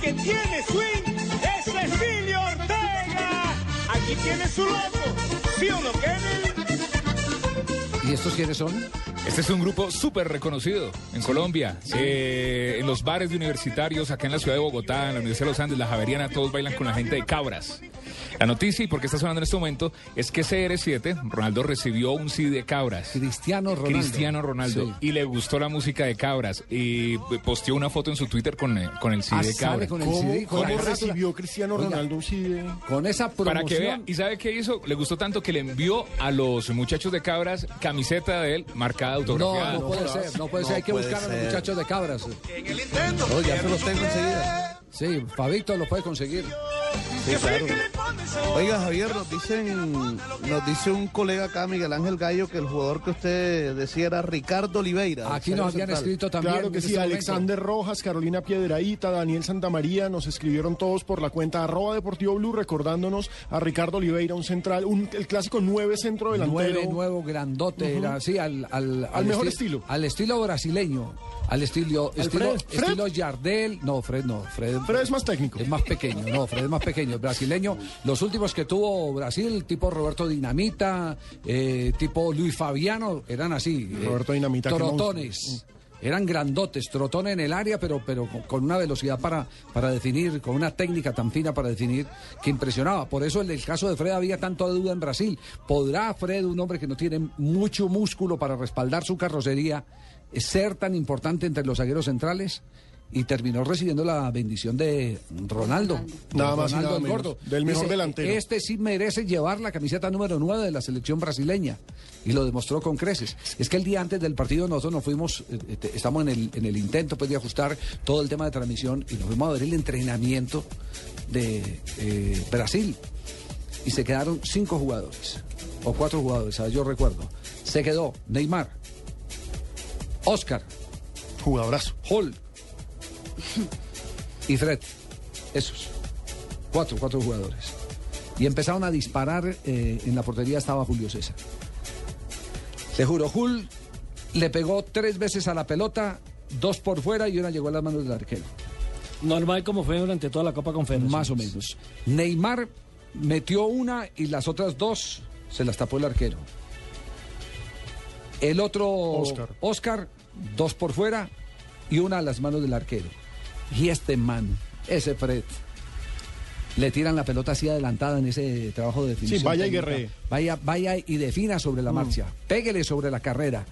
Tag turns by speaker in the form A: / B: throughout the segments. A: tiene swing es Cecilio Ortega. Aquí tiene su loco, ¿sí o no, Kevin?
B: ¿Y estos quiénes son?
C: Este es un grupo súper reconocido en Colombia. Eh, en los bares de universitarios, acá en la ciudad de Bogotá, en la Universidad de los Andes, la Javeriana, todos bailan con la gente de Cabras. La noticia, y porque está sonando en este momento, es que CR7, Ronaldo recibió un CD de Cabras.
B: Cristiano Ronaldo.
C: Cristiano Ronaldo.
B: Sí.
C: Y le gustó la música de Cabras. Y posteó una foto en su Twitter con el, con el CD
B: Ah,
C: de
B: sale
C: Cabras.
B: con el
D: ¿Cómo,
B: CD, con la
D: cómo
B: carátula,
D: recibió Cristiano
B: Oiga.
D: Ronaldo eh. un CD?
B: Con esa promoción.
C: Para que vea, ¿y sabe qué hizo? Le gustó tanto que le envió a los muchachos de Cabras camiseta de él marcada,
B: No,
C: autografiada.
B: no puede ser, no puede ser. Hay que buscar a los muchachos de cabras.
A: En el intento.
E: No, ya se los tengo enseguida.
B: Sí, Fabito lo puede conseguir.
A: Yo sé que le pone sabor.
E: Oiga, Javier, nos dicen, nos dice un colega acá, Miguel Ángel Gallo, que el jugador que usted decía era Ricardo Oliveira.
B: Aquí nos habían escrito también.
D: Claro que
B: en
D: sí,
B: este momento.
D: Alexander Rojas, Carolina Piedraíta, Daniel Santamaría, nos escribieron todos por la cuenta arroba Deportivo Blue, recordándonos a Ricardo Oliveira, un central, un- el clásico nueve centro delantero.
B: Nueve, nuevo, grandote, era así, al, al,
D: mejor
B: esti-
D: estilo.
B: Al estilo brasileño, al estilo, estilo,
D: Fred? ¿Fred?
B: estilo Yardel. No, Fred no, Fred,
D: Fred es más técnico.
B: Es más pequeño, no, Fred es más pequeño. El brasileño, los últimos que tuvo Brasil, tipo Roberto Dinamita, eh, tipo Luis Fabiano, eran así. eh,
D: Roberto Dinamita, qué
B: Trotones. Eran grandotes, trotones en el área, pero, pero con- con una velocidad para, para definir, con una técnica tan fina para definir, que impresionaba. Por eso en el caso de Fred había tanta duda en Brasil. ¿Podrá Fred, un hombre que no tiene mucho músculo para respaldar su carrocería, eh, ser tan importante entre los zagueros centrales? Y terminó recibiendo la bendición de Ronaldo.
D: Nada más y
B: Ronaldo
D: nada
B: el
D: menos,
B: Gordo.
D: del mejor delantero.
B: Este sí merece llevar la camiseta número 9 de la selección brasileña. Y lo demostró con creces. Es que el día antes del partido nosotros nos fuimos, eh, eh, te- estamos en el, en el intento pues, de ajustar todo el tema de transmisión y nos fuimos a ver el entrenamiento de eh, Brasil. Y se quedaron cinco jugadores, o cuatro jugadores, ah, yo recuerdo. Se quedó Neymar, Oscar,
D: Jugadorazo.
B: Hall y Fred. Esos. Cuatro, cuatro jugadores. Y empezaron a disparar. eh, en la portería estaba Julio César. Le juro, Jul le pegó tres veces a la pelota, dos por fuera y una llegó a las manos del arquero.
F: Normal como fue durante toda la Copa Confederación.
B: Más o menos. Neymar metió una y las otras dos se las tapó el arquero. El otro
D: Oscar.
B: Oscar, dos por fuera y una a las manos del arquero. Y este man, ese Fred, le tiran la pelota así adelantada en ese trabajo de definición.
D: Sí, vaya y
B: técnica.
D: guerree. Mm.
B: Vaya, vaya y defina sobre la marcha. Péguele sobre la carrera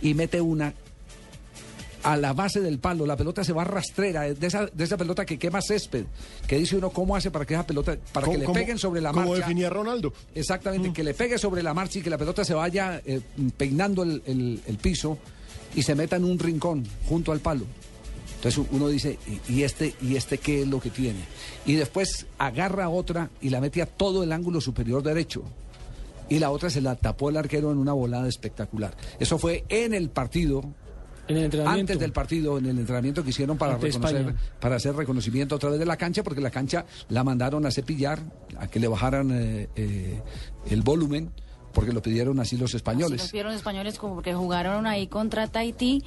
B: y mete una a la base del palo, la pelota se va rastrera, de esa, de esa pelota que quema césped, que dice uno cómo hace para que esa pelota, para que
D: ¿Cómo-
B: le
D: cómo- Mm.
B: peguen sobre la
D: Como
B: marcha.
D: definía Ronaldo.
B: Exactamente, que le pegue sobre la marcha y que la pelota se vaya eh, peinando el, el- el piso y se meta en un rincón junto al palo. Entonces uno dice, "¿Y- ¿y este, ¿y este qué es lo que tiene? Y después agarra otra y la mete a todo el ángulo superior derecho. Y la otra se la tapó el arquero en una volada espectacular. Eso fue en el partido
F: En el entrenamiento.
B: antes del partido, en el entrenamiento que hicieron para
F: Ante
B: reconocer,
F: España.
B: para hacer reconocimiento a través de la cancha, porque la cancha la mandaron a cepillar, a que le bajaran eh, eh, el volumen, porque lo pidieron así los
G: Así Los
B: españoles.
G: vieron españoles como porque jugaron ahí contra Tahití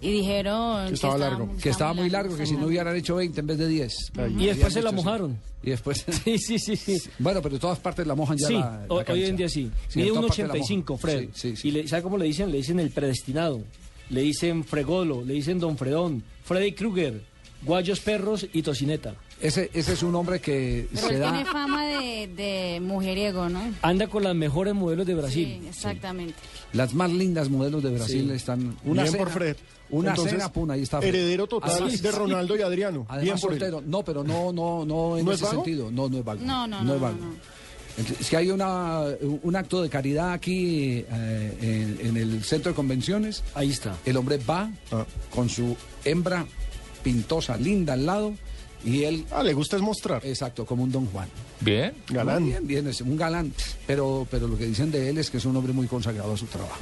G: y dijeron
D: Que estaba largo.
B: Que estaba muy largo, que si no hubieran hecho 20 en vez de 10.
F: Y después se
B: Habían hecho
F: la
B: así.
F: mojaron.
B: Y después.
F: Sí, sí, sí. sí.
B: Bueno, pero en todas partes la mojan ya
F: Sí,
B: la- la
F: ho- hoy
B: cancha.
F: en día sí.
B: Sí, en
F: Mide un
B: todas partes la
F: 85,
B: mojan.
F: Fred.
B: Sí, sí, sí.
F: ¿Y le, sabe cómo le dicen? Le dicen el predestinado. Le dicen Fregolo, le dicen Don Fredón, Freddy Krueger, Guayos Perros y Tocineta.
B: Ese, ese es un hombre que
G: Pero
B: se
G: él
B: da.
G: tiene fama de, de mujeriego, ¿no?
F: Anda con las mejores modelos de Brasil.
G: Sí, exactamente.
B: Las más lindas modelos de Brasil
F: Sí.
B: están. Una
D: Bien
B: cena,
D: por Fred.
B: Una
D: Entonces,
B: cena, pum, ahí está. Fred.
D: Heredero total
B: Además-
D: de Ronaldo y Adriano.
B: Además,
D: Bien por él.
B: soltero. No, pero no, no, no en
D: ¿No es
B: ese
D: vago?
B: sentido. No, no es vago.
G: No, no,
B: es
G: no, no,
B: vago.
G: no.
B: Ent- Es que hay una, un acto de caridad aquí eh, en, en el centro de convenciones.
F: Ahí está.
B: El hombre va
D: Ah.
B: con su hembra pintosa, linda al lado, y él,
D: Ah, le gusta es mostrar.
B: exacto, como un don Juan.
C: Bien.
D: Galán.
B: Bien, bien, es un galán. Pero, pero lo que dicen de él es que es un hombre muy consagrado a su trabajo.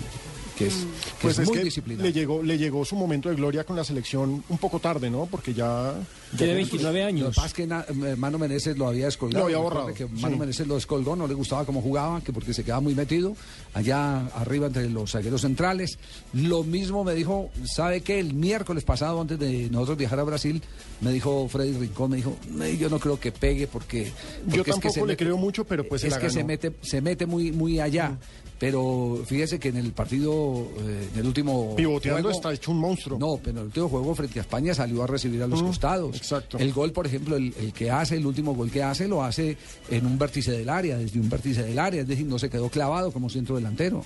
B: que es, que
D: Pues
B: es,
D: es
B: muy
D: que
B: disciplinado.
D: le llegó, le llegó su momento de gloria con la selección un poco tarde, ¿no? Porque ya... ya
F: Tiene
D: con
F: 29
B: Lo que
F: años.
B: pasa es que na- eh, Mano Meneses lo había descolgado.
D: Lo había
B: Recuerde
D: borrado,
B: Que
D: sí.
B: Mano Meneses lo descolgó, no le gustaba cómo jugaba, que porque se quedaba muy metido allá arriba entre los zagueros centrales. Lo mismo me dijo, ¿sabe qué? El miércoles pasado, antes de nosotros viajar a Brasil, me dijo Freddy Rincón, me dijo, "Ney, yo no creo que pegue porque... porque es que
D: tampoco
B: se
D: le
B: mete-
D: creo mucho, pero pues se
B: Es
D: la
B: que se
D: ganó".
B: mete, se mete muy, muy allá. Pero fíjese que en el partido, eh, en el último.
D: Pivoteando
B: juego-
D: está hecho un monstruo.
B: No, pero en el último juego frente a España salió a recibir a los costados.
D: exacto.
B: El gol, por ejemplo, el, el que hace, el último gol que hace, lo hace en un vértice del área, desde un vértice del área, es decir, no se quedó clavado como centro delantero.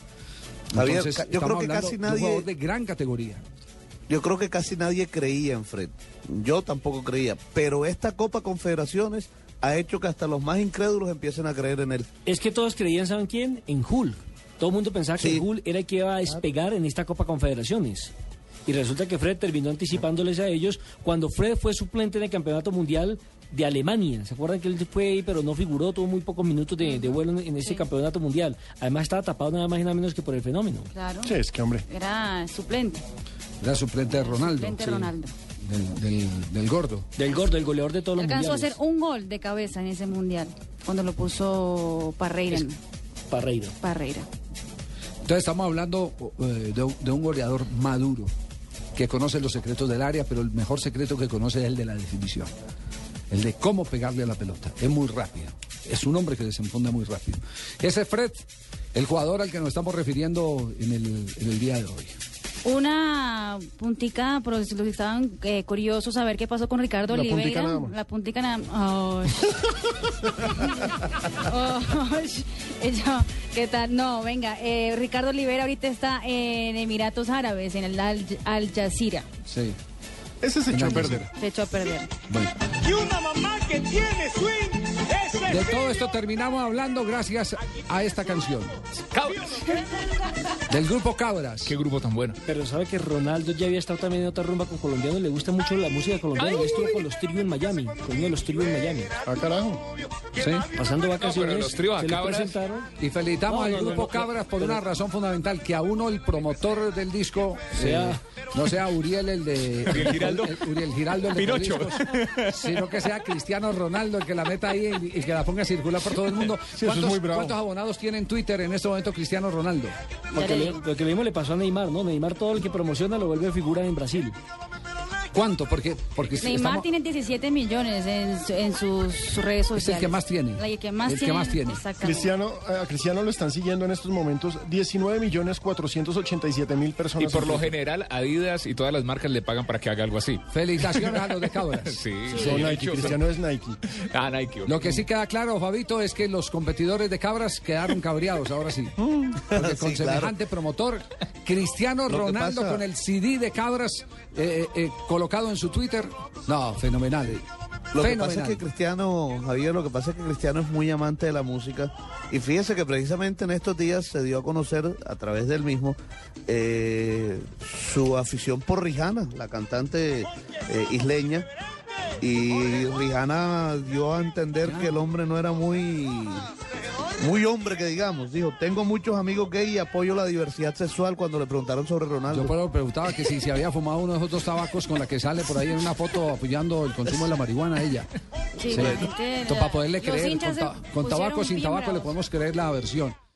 E: Javier, ca- yo
B: estamos
E: creo que
B: hablando
E: casi
B: de
E: nadie-
B: Un jugador de gran categoría.
E: Yo creo que casi nadie creía en Fred. Yo tampoco creía. Pero esta Copa Confederaciones ha hecho que hasta los más incrédulos empiecen a creer en él.
F: Es que todos creían, ¿saben quién? En Hulk. Todo el mundo pensaba
E: Sí.
F: que Hulk era el que iba a despegar en esta Copa Confederaciones. Y resulta que Fred terminó anticipándoles a ellos cuando Fred fue suplente en el Campeonato Mundial de Alemania. ¿Se acuerdan que él fue ahí, pero no figuró? Tuvo muy pocos minutos de, de vuelo en, en ese Campeonato Mundial. Además estaba tapado nada más y nada menos que por el fenómeno.
G: Claro.
D: Sí, es que hombre.
G: Era suplente.
B: Era suplente de Ronaldo.
G: Suplente
B: sí,
G: Ronaldo.
B: Del, del- del gordo.
F: Del gordo, el goleador de todos los
G: Alcanzó a hacer
F: mundiales.
G: un gol de cabeza en ese mundial cuando lo puso Parreira. en-
F: Parreira.
G: Parreira.
B: Entonces estamos hablando eh, de, un- de un goleador maduro, que conoce los secretos del área, pero el mejor secreto que conoce es el de la definición, el de cómo pegarle a la pelota. Es muy rápido, es un hombre que desenfunda muy rápido. Ese es Fred, el jugador al que nos estamos refiriendo en el, en el día de hoy.
G: Una puntica, por si los que estaban eh, curiosos a ver qué pasó con Ricardo
D: La puntica
G: Oliveira.
D: nada más.
G: La puntica nada más. Osh. Eso, ¿Qué tal? No, venga. eh, Ricardo Oliveira ahorita está en Emiratos Árabes, en el Al, Al Jazeera.
B: Sí,
D: Ese se echó a
B: Fernando,
D: perder.
G: Se echó a perder.
B: bueno.
A: Y una mamá que tiene swing es el
B: De todo
A: filio
B: esto terminamos hablando gracias a esta canción
C: Cabras.
B: del grupo Cabras.
C: Qué grupo tan bueno.
F: Pero sabe que Ronaldo ya había estado también en otra rumba con colombianos, le gusta mucho la música colombiana. Él estuvo con los trios en Miami, con uno de los trios en Miami.
D: Ah, carajo.
B: Sí.
F: Pasando vacaciones,
C: los tríos a
F: se le
C: cabras.
F: presentaron.
B: Y felicitamos
F: No,
B: al
F: no, no,
B: grupo
F: no,
B: Cabras por
F: pero-
B: una razón fundamental, que a uno el promotor del disco
F: Sea-
B: eh, no sea Uriel el de
C: Uriel Giraldo.
B: el- Uriel Giraldo el de
C: Pinocho.
B: Codiscos, sino que sea Cristiano Ronaldo el que la meta ahí y, y que la ponga a circular por todo el mundo.
D: Sí, eso es muy bravo.
B: cuántos abonados tiene en Twitter en este momento Cristiano Ronaldo?
F: Porque le- lo que mismo le pasó a Neymar, ¿no? Neymar todo el que promociona lo vuelve figura en Brasil.
B: ¿Cuánto? Porque porque si
G: Neymar
B: Este, estamos-
G: tiene 17 millones en, su- en sus redes sociales.
B: Es el que más tiene.
G: La que más
B: El que
G: tiene.
B: más tiene.
G: Exactamente.
D: Cristiano, a Cristiano lo están siguiendo en estos momentos 19 millones 487 mil
C: Y
D: personas.
C: por
D: en
C: lo
D: Twitter.
C: general, Adidas y todas las marcas le pagan para que haga algo así.
B: felicitaciones a los de Cabras.
C: Sí,
D: Son
C: sí,
D: Nike,
C: dicho,
D: Cristiano es Nike.
C: son- Ah, Nike. ok.
B: Lo
E: Mm.
B: que sí queda claro, Fabito, es que los competidores de Cabras quedaron cabreados, ahora sí. Porque con
E: Sí, claro.
B: semejante promotor, Cristiano
E: Lo que
B: Ronaldo
E: pasa-
B: con el CD de Cabras eh, eh, colocado en su Twitter. No, fenomenal. eh.
E: Lo que
B: fenomenal.
E: pasa es que Cristiano, Javier, lo que pasa es que Cristiano es muy amante de la música. Y fíjese que precisamente en estos días se dio a conocer a través del mismo eh, su afición por Rihanna, la cantante eh, isleña. Y Rihanna dio a entender que el hombre no era muy, muy hombre, que digamos. Dijo, tengo muchos amigos gay y apoyo la diversidad sexual cuando le preguntaron sobre Ronaldo.
B: Yo por eso preguntaba que si se había fumado uno de esos dos tabacos con la que sale por ahí en una foto apoyando el consumo de la marihuana ella.
G: Sí,
B: Sí.
G: la gente-
B: Entonces, para poderle
G: Eh, los
B: creer,
G: hinchas
B: con, ta-
G: se
B: con tabaco
G: pusieron
B: sin
G: bien
B: tabaco le
G: bravos.
B: podemos creer la versión.